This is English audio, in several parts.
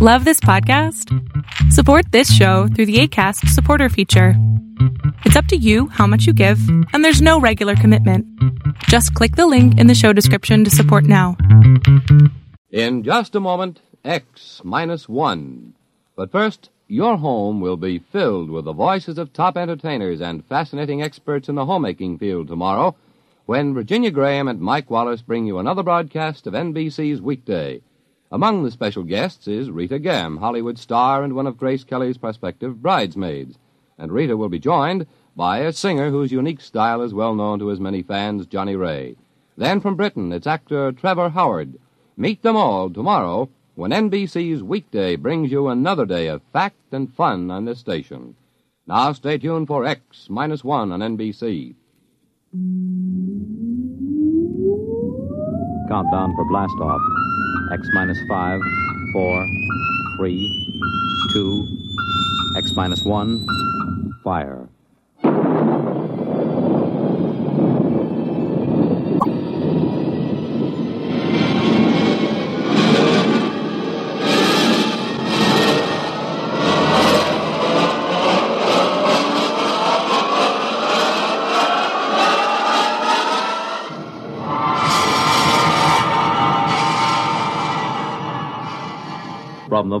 Love this podcast? Support this show through the ACAST supporter feature. It's up to you how much you give, and there's no regular commitment. Just click the link in the show description to support now. In just a moment, X minus one. But first, your home will be filled with the voices of top entertainers and fascinating experts in the homemaking field tomorrow when Virginia Graham and Mike Wallace bring you another broadcast of NBC's Weekday. Among the special guests is Rita Gam, Hollywood star and one of Grace Kelly's prospective bridesmaids. And Rita will be joined by a singer whose unique style is well known to his many fans, Johnny Ray. Then from Britain, it's actor Trevor Howard. Meet them all tomorrow when NBC's Weekday brings you another day of fact and fun on this station. Now stay tuned for X minus one on NBC. Countdown for blast off. X minus five, four, three, two, X minus one, fire. From the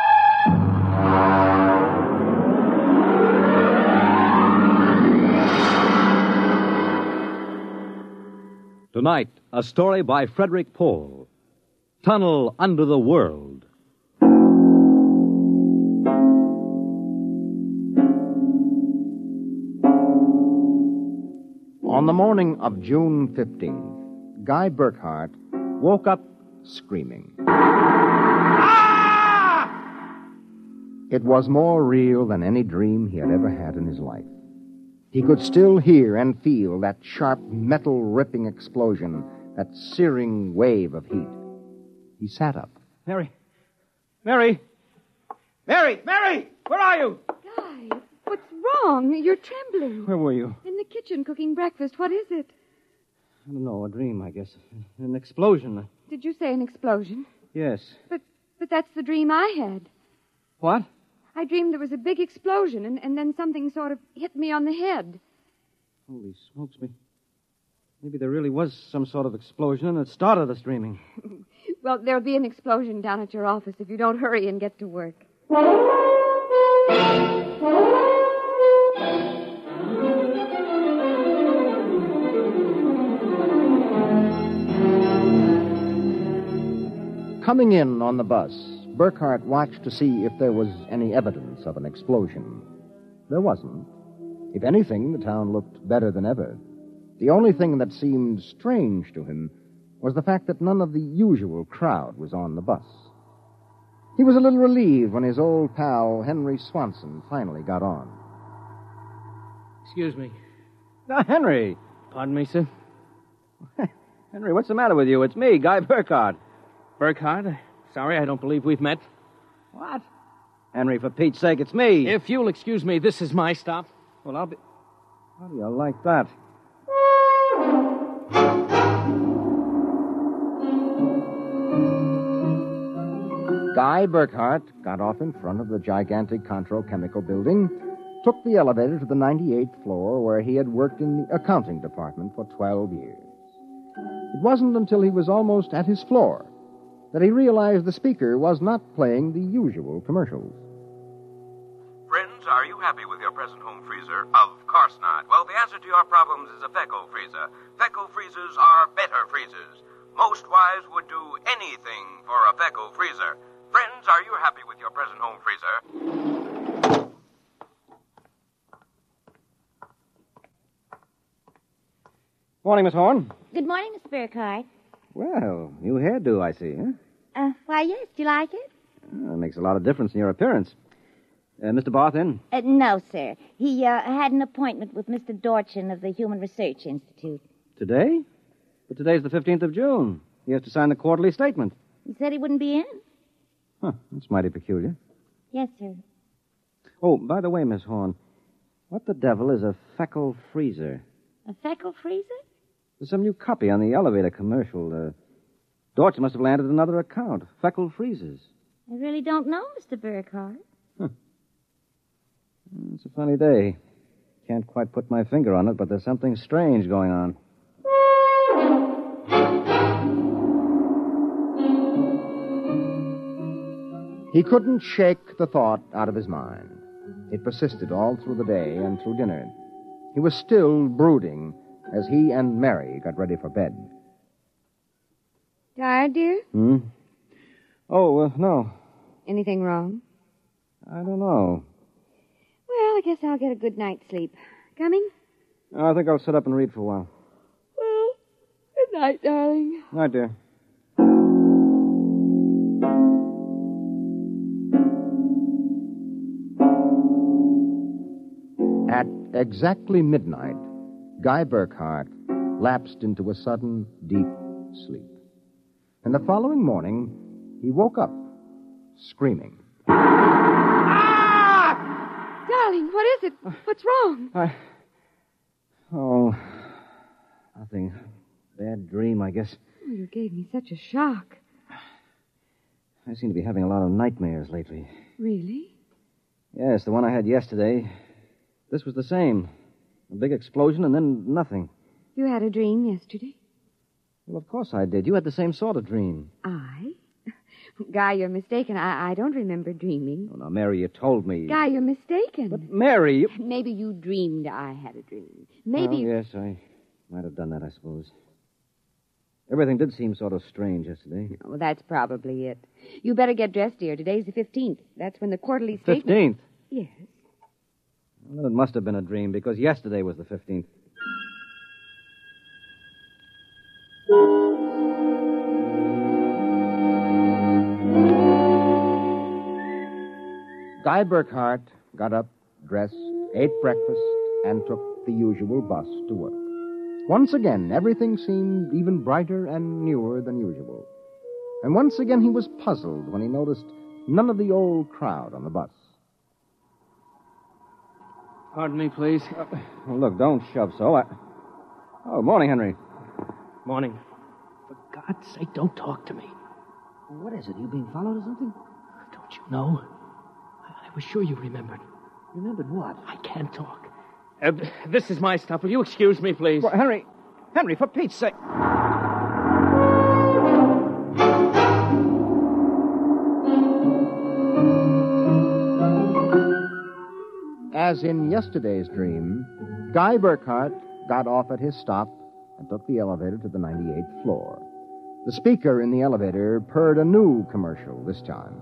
Tonight, a story by Frederick Pohl Tunnel Under the World. On the morning of June 15, Guy Burkhart woke up screaming. Ah! It was more real than any dream he had ever had in his life. He could still hear and feel that sharp, metal ripping explosion, that searing wave of heat. He sat up. Mary. Mary. Mary. Mary. Where are you? Guy, what's wrong? You're trembling. Where were you? In the kitchen cooking breakfast. What is it? I don't know. A dream, I guess. An explosion. Did you say an explosion? Yes. But but that's the dream I had. What? I dreamed there was a big explosion and, and then something sort of hit me on the head. Holy smokes me. Maybe there really was some sort of explosion and it started this dreaming. Well, there'll be an explosion down at your office if you don't hurry and get to work. Coming in on the bus, Burkhart watched to see if there was any evidence of an explosion. There wasn't. If anything, the town looked better than ever. The only thing that seemed strange to him was the fact that none of the usual crowd was on the bus. He was a little relieved when his old pal, Henry Swanson, finally got on. Excuse me. Now, Henry. Pardon me, sir. Henry, what's the matter with you? It's me, Guy Burkhardt. Burkhardt? Sorry, I don't believe we've met. What? Henry, for Pete's sake, it's me. If you'll excuse me, this is my stop. Well, I'll be. How do you like that? Guy Burkhart got off in front of the gigantic Contro Chemical Building, took the elevator to the 98th floor where he had worked in the accounting department for 12 years. It wasn't until he was almost at his floor that he realized the speaker was not playing the usual commercials. Friends, are you happy with your present home freezer? Of course not. Well, the answer to your problems is a Feco freezer. Feco freezers are better freezers. Most wives would do anything for a Feco freezer. Friends, are you happy with your present home freezer? Morning, Miss Horn. Good morning, Miss Burkhardt. Well, new hairdo, I see, huh? Uh, why, yes, do you like it? That makes a lot of difference in your appearance. Uh, Mr. Barth in? Uh, no, sir. He uh, had an appointment with Mr. Dorchin of the Human Research Institute. Today? But today's the 15th of June. He has to sign the quarterly statement. He said he wouldn't be in. Huh, that's mighty peculiar. Yes, sir. Oh, by the way, Miss Horn, what the devil is a feckle freezer? A feckle freezer? There's some new copy on the elevator commercial. Uh, Dorch must have landed another account. Feckle freezers. I really don't know, Mr. Burkhart. Mm, It's a funny day. Can't quite put my finger on it, but there's something strange going on. He couldn't shake the thought out of his mind. It persisted all through the day and through dinner. He was still brooding as he and Mary got ready for bed. Tired, dear? Hmm? Oh, uh, no. Anything wrong? I don't know. Well, I guess I'll get a good night's sleep. Coming? I think I'll sit up and read for a while. Well, good night, darling. Night, dear. At exactly midnight, Guy Burkhart lapsed into a sudden, deep sleep. And the following morning, he woke up screaming. Darling, what is it? What's wrong? I. Oh, nothing. Bad dream, I guess. Oh, you gave me such a shock. I seem to be having a lot of nightmares lately. Really? Yes, the one I had yesterday. This was the same. A big explosion and then nothing. You had a dream yesterday? Well, of course I did. You had the same sort of dream. I? Guy, you're mistaken. I, I don't remember dreaming. Oh, now, Mary, you told me. Guy, you're mistaken. Mary, you... Maybe you dreamed I had a dream. Maybe. Well, yes, I might have done that, I suppose. Everything did seem sort of strange yesterday. Well, Oh, that's probably it. You better get dressed, dear. Today's the 15th. That's when the quarterly statement. Fifteenth. Yes. Well, then it must have been a dream because yesterday was the fifteenth. Guy Burkhart got up, dressed, ate breakfast, and took the usual bus to work. Once again, everything seemed even brighter and newer than usual. And once again, he was puzzled when he noticed none of the old crowd on the bus. Pardon me, please. Well, look, don't shove so. I... Oh, morning, Henry. Morning. For God's sake, don't talk to me. What is it? Are you being followed or something? Don't you know? I, I was sure you remembered. Remembered what? I can't talk. Uh, b- this is my stuff. Will you excuse me, please? Well, Henry, Henry, for Pete's sake. As in yesterday's dream, Guy Burkhart got off at his stop and took the elevator to the 98th floor. The speaker in the elevator purred a new commercial this time.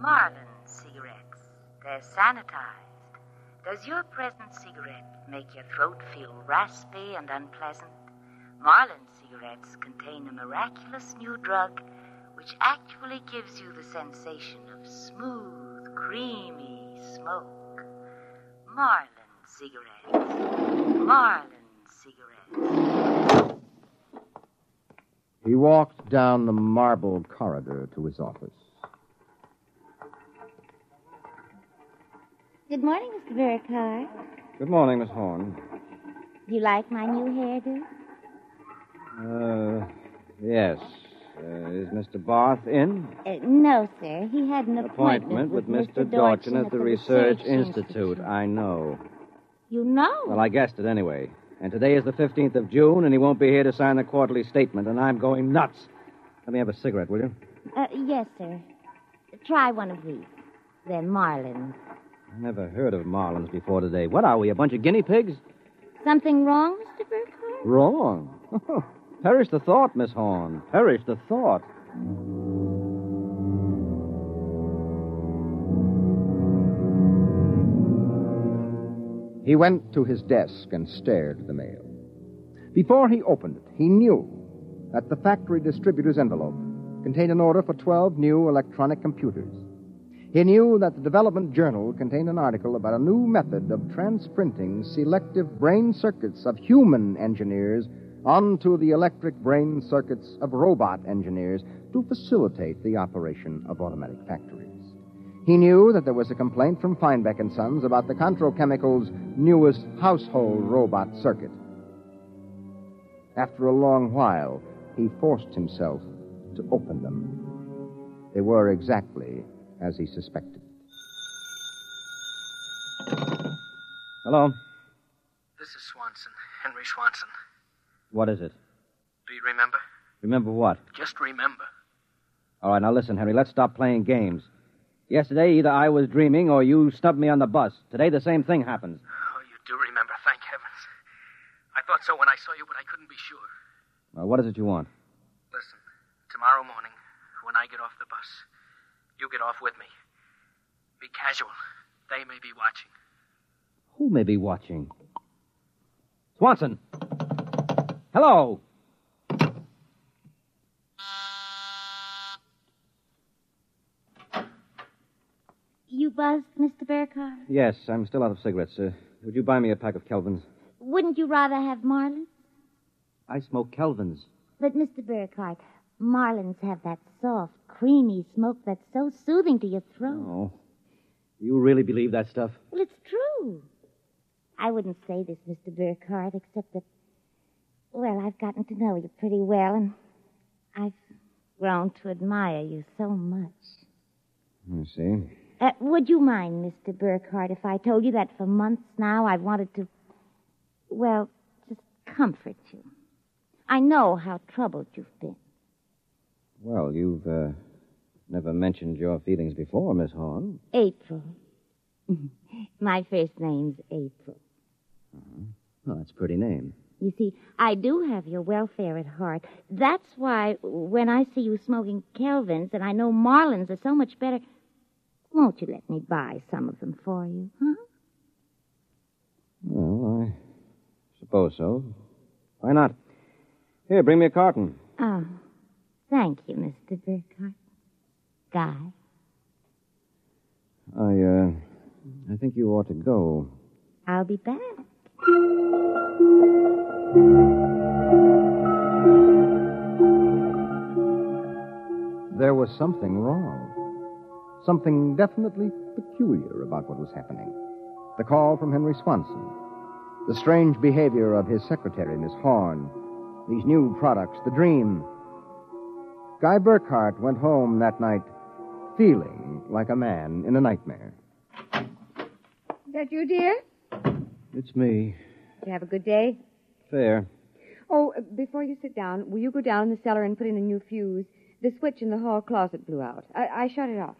Marlin cigarettes. They're sanitized. Does your present cigarette make your throat feel raspy and unpleasant? Marlin cigarettes contain a miraculous new drug which actually gives you the sensation of smooth, creamy smoke. Marlin cigarettes. Marlin cigarettes. He walked down the marble corridor to his office. Good morning, Mr. Burkhart. Good morning, Miss Horn. Do you like my new hairdo? Uh, yes. Uh, is Mr. Barth in? Uh, no, sir. He had an appointment, Appointment with Mr. Dorchin at the Research Institute. I know. You know? Well, I guessed it anyway. And today is the 15th of June, and he won't be here to sign the quarterly statement, and I'm going nuts. Let me have a cigarette, will you? Uh, yes, sir. Try one of these. They're Marlins. I never heard of Marlins before today. What are we, a bunch of guinea pigs? Something wrong, Mr. Burkhart? Wrong. Perish the thought, Miss Horn. Perish the thought. He went to his desk and stared at the mail. Before he opened it, he knew that the factory distributor's envelope contained an order for 12 new electronic computers. He knew that the Development Journal contained an article about a new method of transprinting selective brain circuits of human engineers onto the electric brain circuits of robot engineers to facilitate the operation of automatic factories. He knew that there was a complaint from Feinbeck and Sons about the Controchemical's newest household robot circuit. After a long while, he forced himself to open them. They were exactly as he suspected. Hello. This is Swanson, Henry Swanson. What is it? Do you remember? Remember what? Just remember. All right, now listen, Henry, let's stop playing games. Yesterday, either I was dreaming or you snubbed me on the bus. Today, the same thing happens. Oh, you do remember, thank heavens. I thought so when I saw you, but I couldn't be sure. Well, what is it you want? Listen, tomorrow morning, when I get off the bus, you get off with me. Be casual. They may be watching. Who may be watching? Swanson! Hello! You buzzed, Mr. Burkhardt? Yes, I'm still out of cigarettes. Uh, would you buy me a pack of Kelvins? Wouldn't you rather have Marlin? I smoke Kelvins. But, Mr. Burkhardt, Marlins have that soft, creamy smoke that's so soothing to your throat. Oh. You really believe that stuff? Well, it's true. I wouldn't say this, Mr. Burkhardt, except that, well, I've gotten to know you pretty well, and I've grown to admire you so much. I see. Uh, would you mind, Mr. Burkhardt, if I told you that for months now I've wanted to, well, just comfort you? I know how troubled you've been. Well, you've uh, never mentioned your feelings before, Miss Horn. April. My first name's April. Well, that's a pretty name. You see, I do have your welfare at heart. That's why when I see you smoking Kelvins and I know Marlins are so much better, won't you let me buy some of them for you, huh? Well, I suppose so. Why not? Here, bring me a carton. Oh, thank you, Mr. Burkhardt. Guy. I, uh, I think you ought to go. I'll be back. There was something wrong. Something definitely peculiar about what was happening. The call from Henry Swanson. The strange behavior of his secretary, Miss Horn. These new products, the dream. Guy Burkhart went home that night feeling like a man in a nightmare. Is that you, dear? It's me. Did you have a good day? Fair. Oh, uh, before you sit down, will you go down in the cellar and put in a new fuse? The switch in the hall closet blew out. I, I shut it off.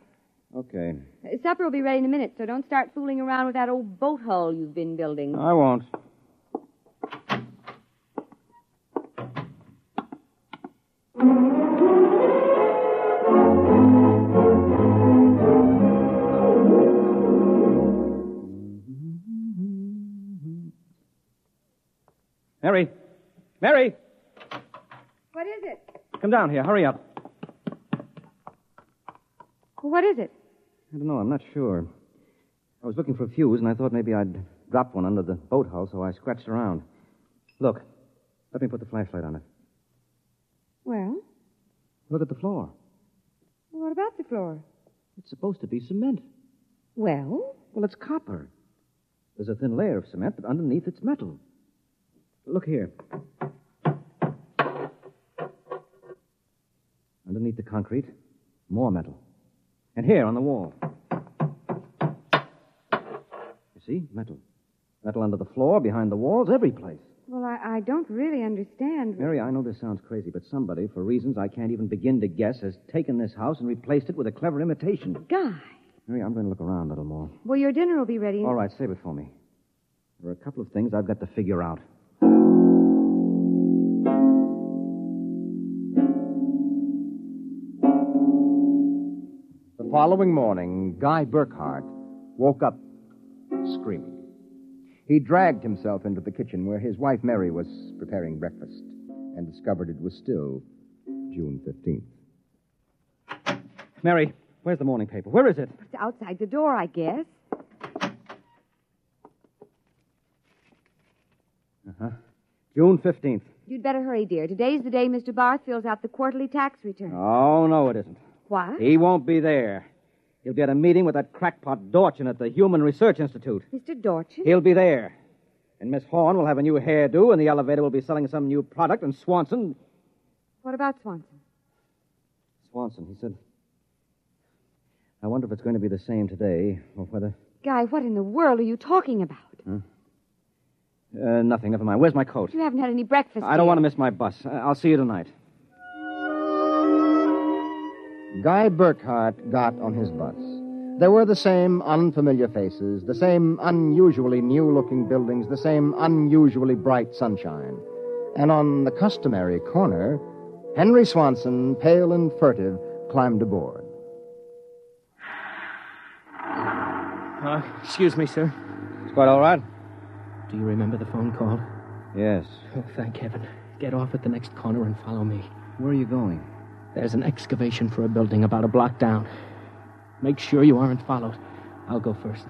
Okay. Uh, Supper will be ready in a minute, so don't start fooling around with that old boat hull you've been building. I won't. Mary! Mary! What is it? Come down here. Hurry up. What is it? I don't know. I'm not sure. I was looking for a fuse, and I thought maybe I'd dropped one under the boat hull, so I scratched around. Look. Let me put the flashlight on it. Well, Look at the floor. what about the floor? It's supposed to be cement. Well? Well, it's copper. There's a thin layer of cement, but underneath it's metal. Look here. Underneath the concrete, more metal. And here on the wall. You see? Metal. Metal under the floor, behind the walls, every place. Well, I, I don't really understand. Mary, I know this sounds crazy, but somebody, for reasons I can't even begin to guess, has taken this house and replaced it with a clever imitation. Guy. Mary, I'm going to look around a little more. Well, your dinner will be ready. in- All right, save it for me. There are a couple of things I've got to figure out. The following morning, Guy Burkhart woke up screaming. He dragged himself into the kitchen where his wife Mary was preparing breakfast and discovered it was still June 15th. Mary, Where's the morning paper? Where is it? It's outside the door, I guess. Uh huh. June 15th. You'd better hurry, dear. Today's the day Mr. Barth fills out the quarterly tax return. Oh, no, it isn't. What? He won't be there. He'll be at a meeting with that crackpot Dorchin at the Human Research Institute. Mr. Dorchin? He'll be there. And Miss Horn will have a new hairdo, and the elevator will be selling some new product, and Swanson. What about Swanson? Swanson, he said. I wonder if it's going to be the same today, or whether. Guy, what in the world are you talking about? Mm. Uh, nothing, never mind. Where's my coat? You haven't had any breakfast. I don't dear. want to miss my bus. I- I'll see you tonight. Guy Burkhart got on his bus. There were the same unfamiliar faces, the same unusually new looking buildings, the same unusually bright sunshine. And on the customary corner, Henry Swanson, pale and furtive, climbed aboard. Uh, excuse me, sir. It's quite all right. Do you remember the phone call? Yes. Oh, thank heaven. Get off at the next corner and follow me. Where are you going? There's an excavation for a building about a block down. Make sure you aren't followed. I'll go first.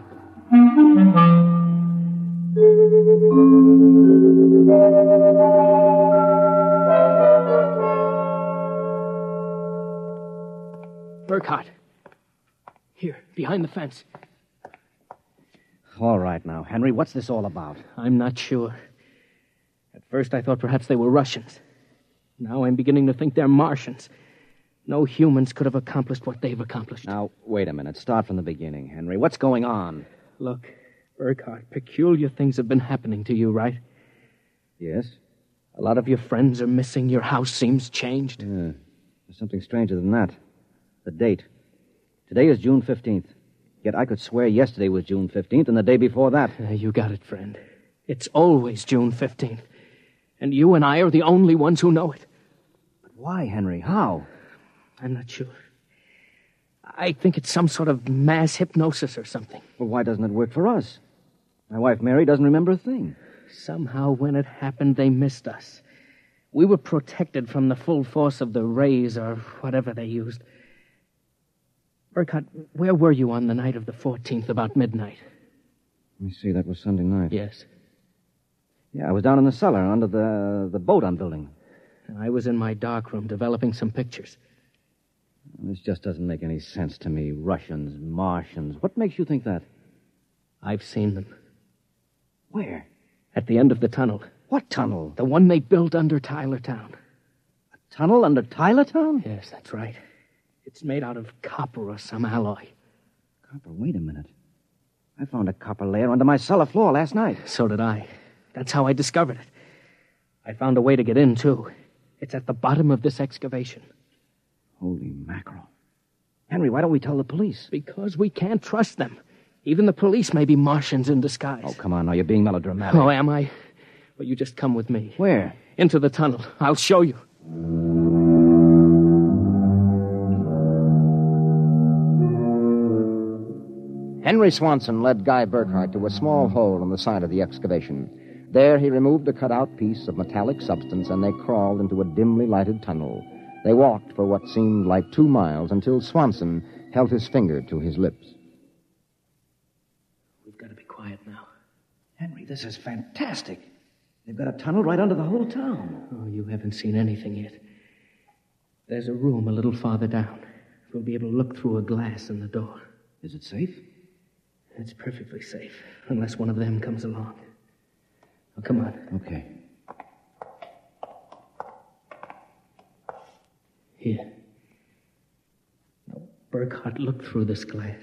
Burkhardt. Here, behind the fence. All right now, Henry, what's this all about? I'm not sure. At first, I thought perhaps they were Russians. Now I'm beginning to think they're Martians. No humans could have accomplished what they've accomplished. Now, wait a minute. Start from the beginning, Henry. What's going on? Look, Burkhardt, peculiar things have been happening to you, right? Yes. A lot of your friends are missing. Your house seems changed. Yeah. There's something stranger than that. The date. Today is June 15th. Yet I could swear yesterday was June 15th and the day before that. you got it, friend. It's always June 15th. And you and I are the only ones who know it. But why, Henry? How? I'm not sure. I think it's some sort of mass hypnosis or something. Well, why doesn't it work for us? My wife Mary doesn't remember a thing. Somehow, when it happened, they missed us. We were protected from the full force of the rays or whatever they used. Burkhardt, where were you on the night of the 14th, about midnight? Let me see, that was Sunday night. Yes. Yeah, I was down in the cellar under the, the boat I'm building. I was in my darkroom developing some pictures. This just doesn't make any sense to me. Russians, Martians. What makes you think that? I've seen them. Where? At the end of the tunnel. What tunnel? The one they built under Tylertown. Tunnel under Tylertown? Yes, that's right. It's made out of copper or some alloy. Copper, wait a minute. I found a copper layer under my cellar floor last night. So did I. That's how I discovered it. I found a way to get in, too. It's at the bottom of this excavation. Holy mackerel. Henry, why don't we tell the police? Because we can't trust them. Even the police may be Martians in disguise. Oh, come on now, you're being melodramatic. Oh, am I? Well, you just come with me. Where? Into the tunnel. I'll show you. Henry Swanson led Guy Burkhart to a small hole on the side of the excavation. There he removed a cut-out piece of metallic substance and they crawled into a dimly lighted tunnel. They walked for what seemed like two miles until Swanson held his finger to his lips. We've got to be quiet now. Henry, this is fantastic. They've got a tunnel right under the whole town. Oh, you haven't seen anything yet. There's a room a little farther down. We'll be able to look through a glass in the door. Is it safe? It's perfectly safe, unless one of them comes along. Now, come on. Okay. Here. Now, Burkhardt, look through this glass.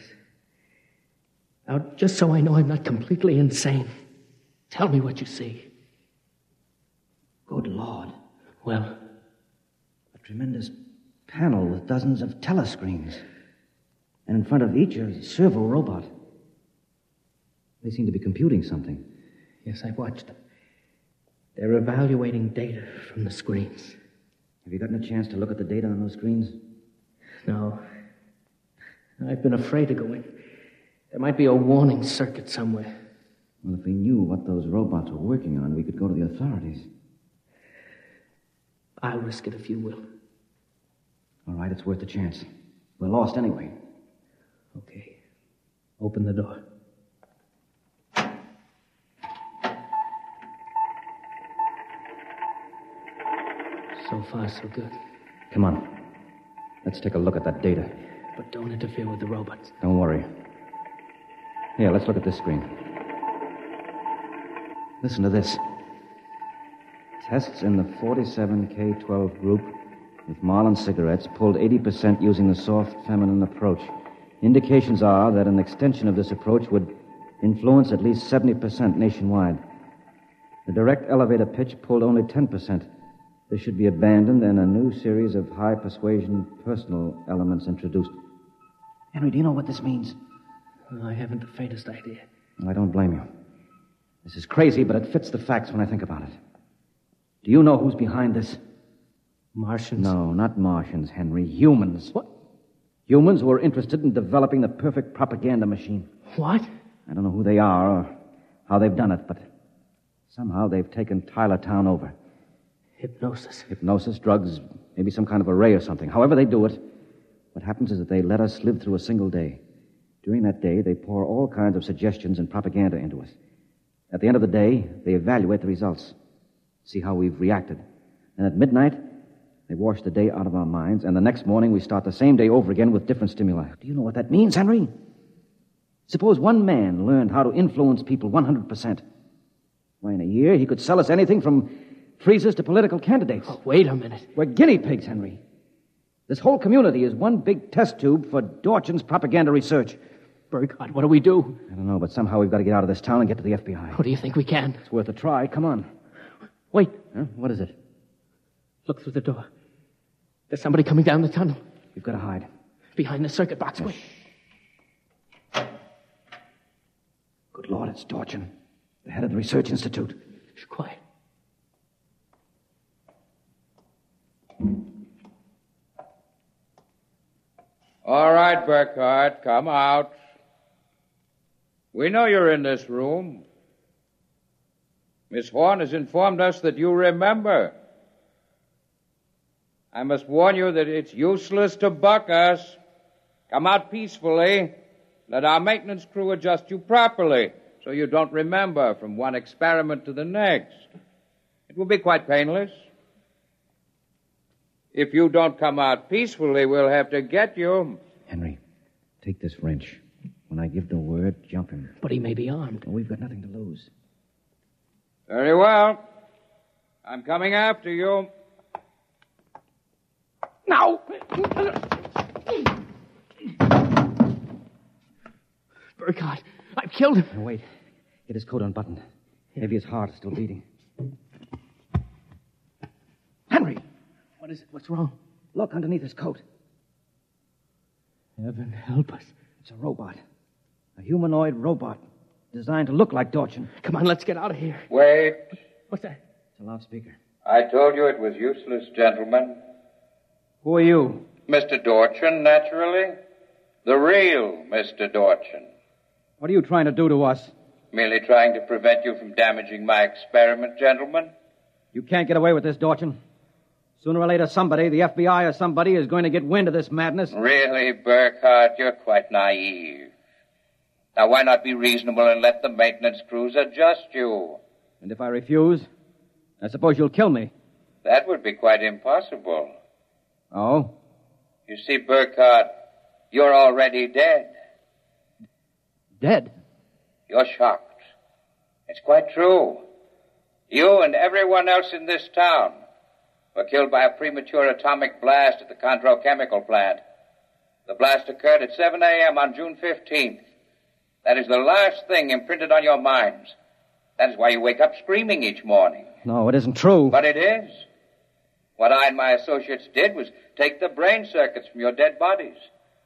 Now, just so I know I'm not completely insane, tell me what you see. Good Lord. Well, A tremendous panel with dozens of telescreens. And in front of each a servo robot. They seem to be computing something. yes, I watched them. They're evaluating data from the screens. Have you gotten a chance to look at the data on those screens? No. I've been afraid to go in. There might be a warning circuit somewhere. Well, if we knew what those robots were working on, we could go to the authorities. I'll risk it if you will. All right, it's worth a chance. We're lost anyway. Okay. Open the door. So far, so good. Come on. Let's take a look at that data. But don't interfere with the robots. Don't worry. Here, let's look at this screen. Listen to this. Tests in the 47K12 group with Marlin cigarettes pulled 80% using the soft feminine approach. Indications are that an extension of this approach would influence at least 70% nationwide. The direct elevator pitch pulled only 10%. This should be abandoned and a new series of high persuasion personal elements introduced. Henry, do you know what this means? No, I haven't the faintest idea. Well, I don't blame you. This is crazy, but it fits the facts when I think about it. Do you know who's behind this? Martians? No, not Martians, Henry. Humans. What? Humans who are interested in developing the perfect propaganda machine. What? I don't know who they are or how they've done it, but somehow they've taken Tyler Town over. Hypnosis. Hypnosis, drugs, maybe some kind of a ray or something. However they do it, what happens is that they let us live through a single day. During that day, they pour all kinds of suggestions and propaganda into us. At the end of the day, they evaluate the results, see how we've reacted. And at midnight, they wash the day out of our minds, and the next morning we start the same day over again with different stimuli. Do you know what that means, Henry? Suppose one man learned how to influence people 100%. Why, in a year, he could sell us anything from freezers to political candidates. Oh, Wait a minute. We're guinea pigs, Henry. This whole community is one big test tube for Dorchin's propaganda research. Burkhardt, what do we do? I don't know, but somehow we've got to get out of this town and get to the FBI. What do you think we can? It's worth a try. Come on. Wait. Huh? What is it? Look through the door. There's somebody coming down the tunnel. You've got to hide. Behind the circuit box. Wait. Good Lord, it's Dorchin, the head of the Research Institute. Shh, quiet. All right, Burkhardt, come out. We know you're in this room. Miss Horn has informed us that you remember. I must warn you that it's useless to buck us. Come out peacefully. Let our maintenance crew adjust you properly so you don't remember from one experiment to the next. It will be quite painless. If you don't come out peacefully, we'll have to get you. Henry, take this wrench. When I give the word, jump him. But he may be armed. Oh, we've got nothing to lose. Very well. I'm coming after you. Now! Burkhardt, I've killed him. Now, wait. Get his coat unbuttoned. Maybe his heart is still beating. Henry! What is it? What's wrong? Look underneath his coat. Heaven help us. It's a robot. A humanoid robot designed to look like Dorchin. Come on, let's get out of here. Wait. What's that? It's a loudspeaker. I told you it was useless, gentlemen. Who are you? Mr. Dorchin, naturally. The real Mr. Dorchin. What are you trying to do to us? Merely trying to prevent you from damaging my experiment, gentlemen. You can't get away with this, Dorchin. Sooner or later, somebody, the FBI or somebody, is going to get wind of this madness. Really, Burkhardt, you're quite naive. Now, why not be reasonable and let the maintenance crews adjust you? And if I refuse, I suppose you'll kill me. That would be quite impossible. Oh? You see, Burkhardt, you're already dead. Dead? You're shocked. It's quite true. You and everyone else in this town were killed by a premature atomic blast at the Contro chemical plant. The blast occurred at 7 a.m. on June 15th. That is the last thing imprinted on your minds. That is why you wake up screaming each morning. No, it isn't true. But it is. What I and my associates did was take the brain circuits from your dead bodies.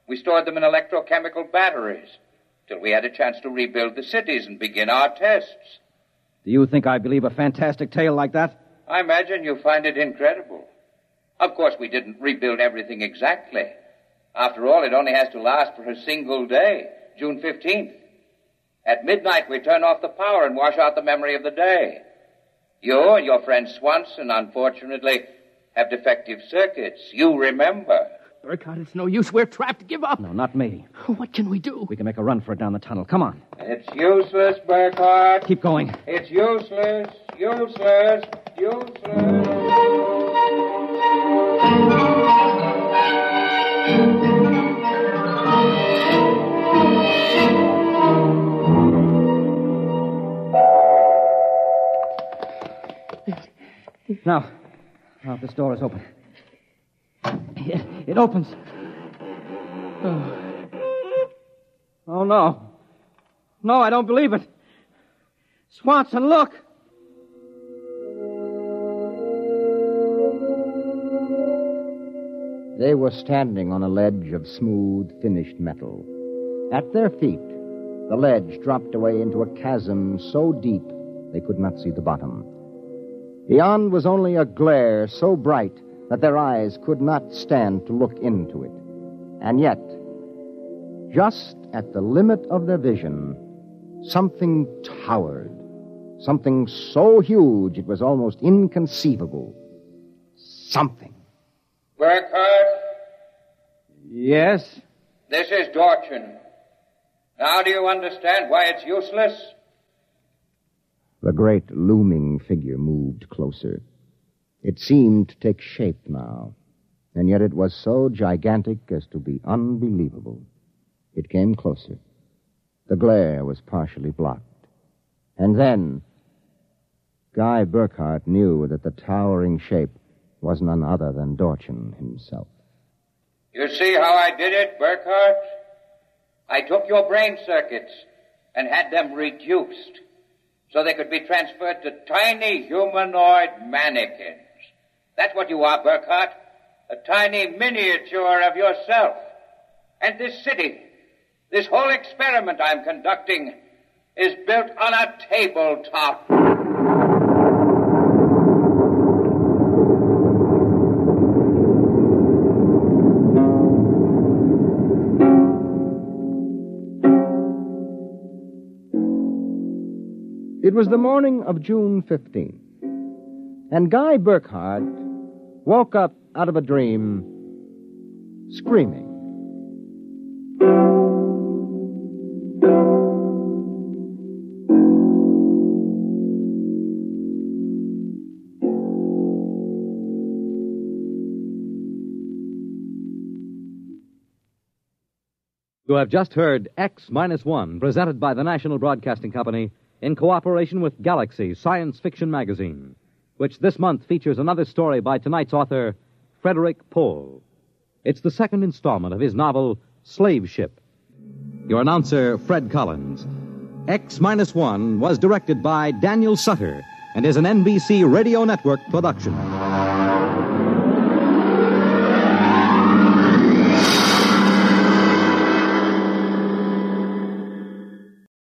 We stored them in electrochemical batteries till we had a chance to rebuild the cities and begin our tests. Do you think I believe a fantastic tale like that? I imagine you find it incredible. Of course, we didn't rebuild everything exactly. After all, it only has to last for a single day, June 15th. At midnight, we turn off the power and wash out the memory of the day. You and your friend Swanson, unfortunately, have defective circuits. You remember. Burkhardt, it's no use. We're trapped. Give up. No, not me. What can we do? We can make a run for it down the tunnel. Come on. It's useless, Burkhardt. Keep going. It's useless, useless, useless. Now, now this door is open. It, it opens. Oh. Oh, no. No, I don't believe it. Swanson, look. They were standing on a ledge of smooth, finished metal. At their feet, the ledge dropped away into a chasm so deep they could not see the bottom. Beyond was only a glare so bright that their eyes could not stand to look into it. And yet, just at the limit of their vision, something towered. Something so huge it was almost inconceivable. Something. Burkhardt, Yes? this is Dorchin. Now do you understand why it's useless? The great looming figure moved closer. It seemed to take shape now, and yet it was so gigantic as to be unbelievable. It came closer. The glare was partially blocked. And then, Guy Burkhart knew that the towering shape was none other than Dorchin himself. You see how I did it, Burkhardt? I took your brain circuits and had them reduced so they could be transferred to tiny humanoid mannequins. That's what you are, Burkhardt. A tiny miniature of yourself. And this city, this whole experiment I'm conducting, is built on a tabletop. It was the morning of June 15th, and Guy Burkhardt woke up out of a dream screaming. You have just heard X Minus One, presented by the National Broadcasting Company in cooperation with Galaxy Science Fiction Magazine, which this month features another story by tonight's author, Frederick Pohl. It's the second installment of his novel, Slave Ship. Your announcer, Fred Collins. X Minus One was directed by Daniel Sutter and is an NBC Radio Network production.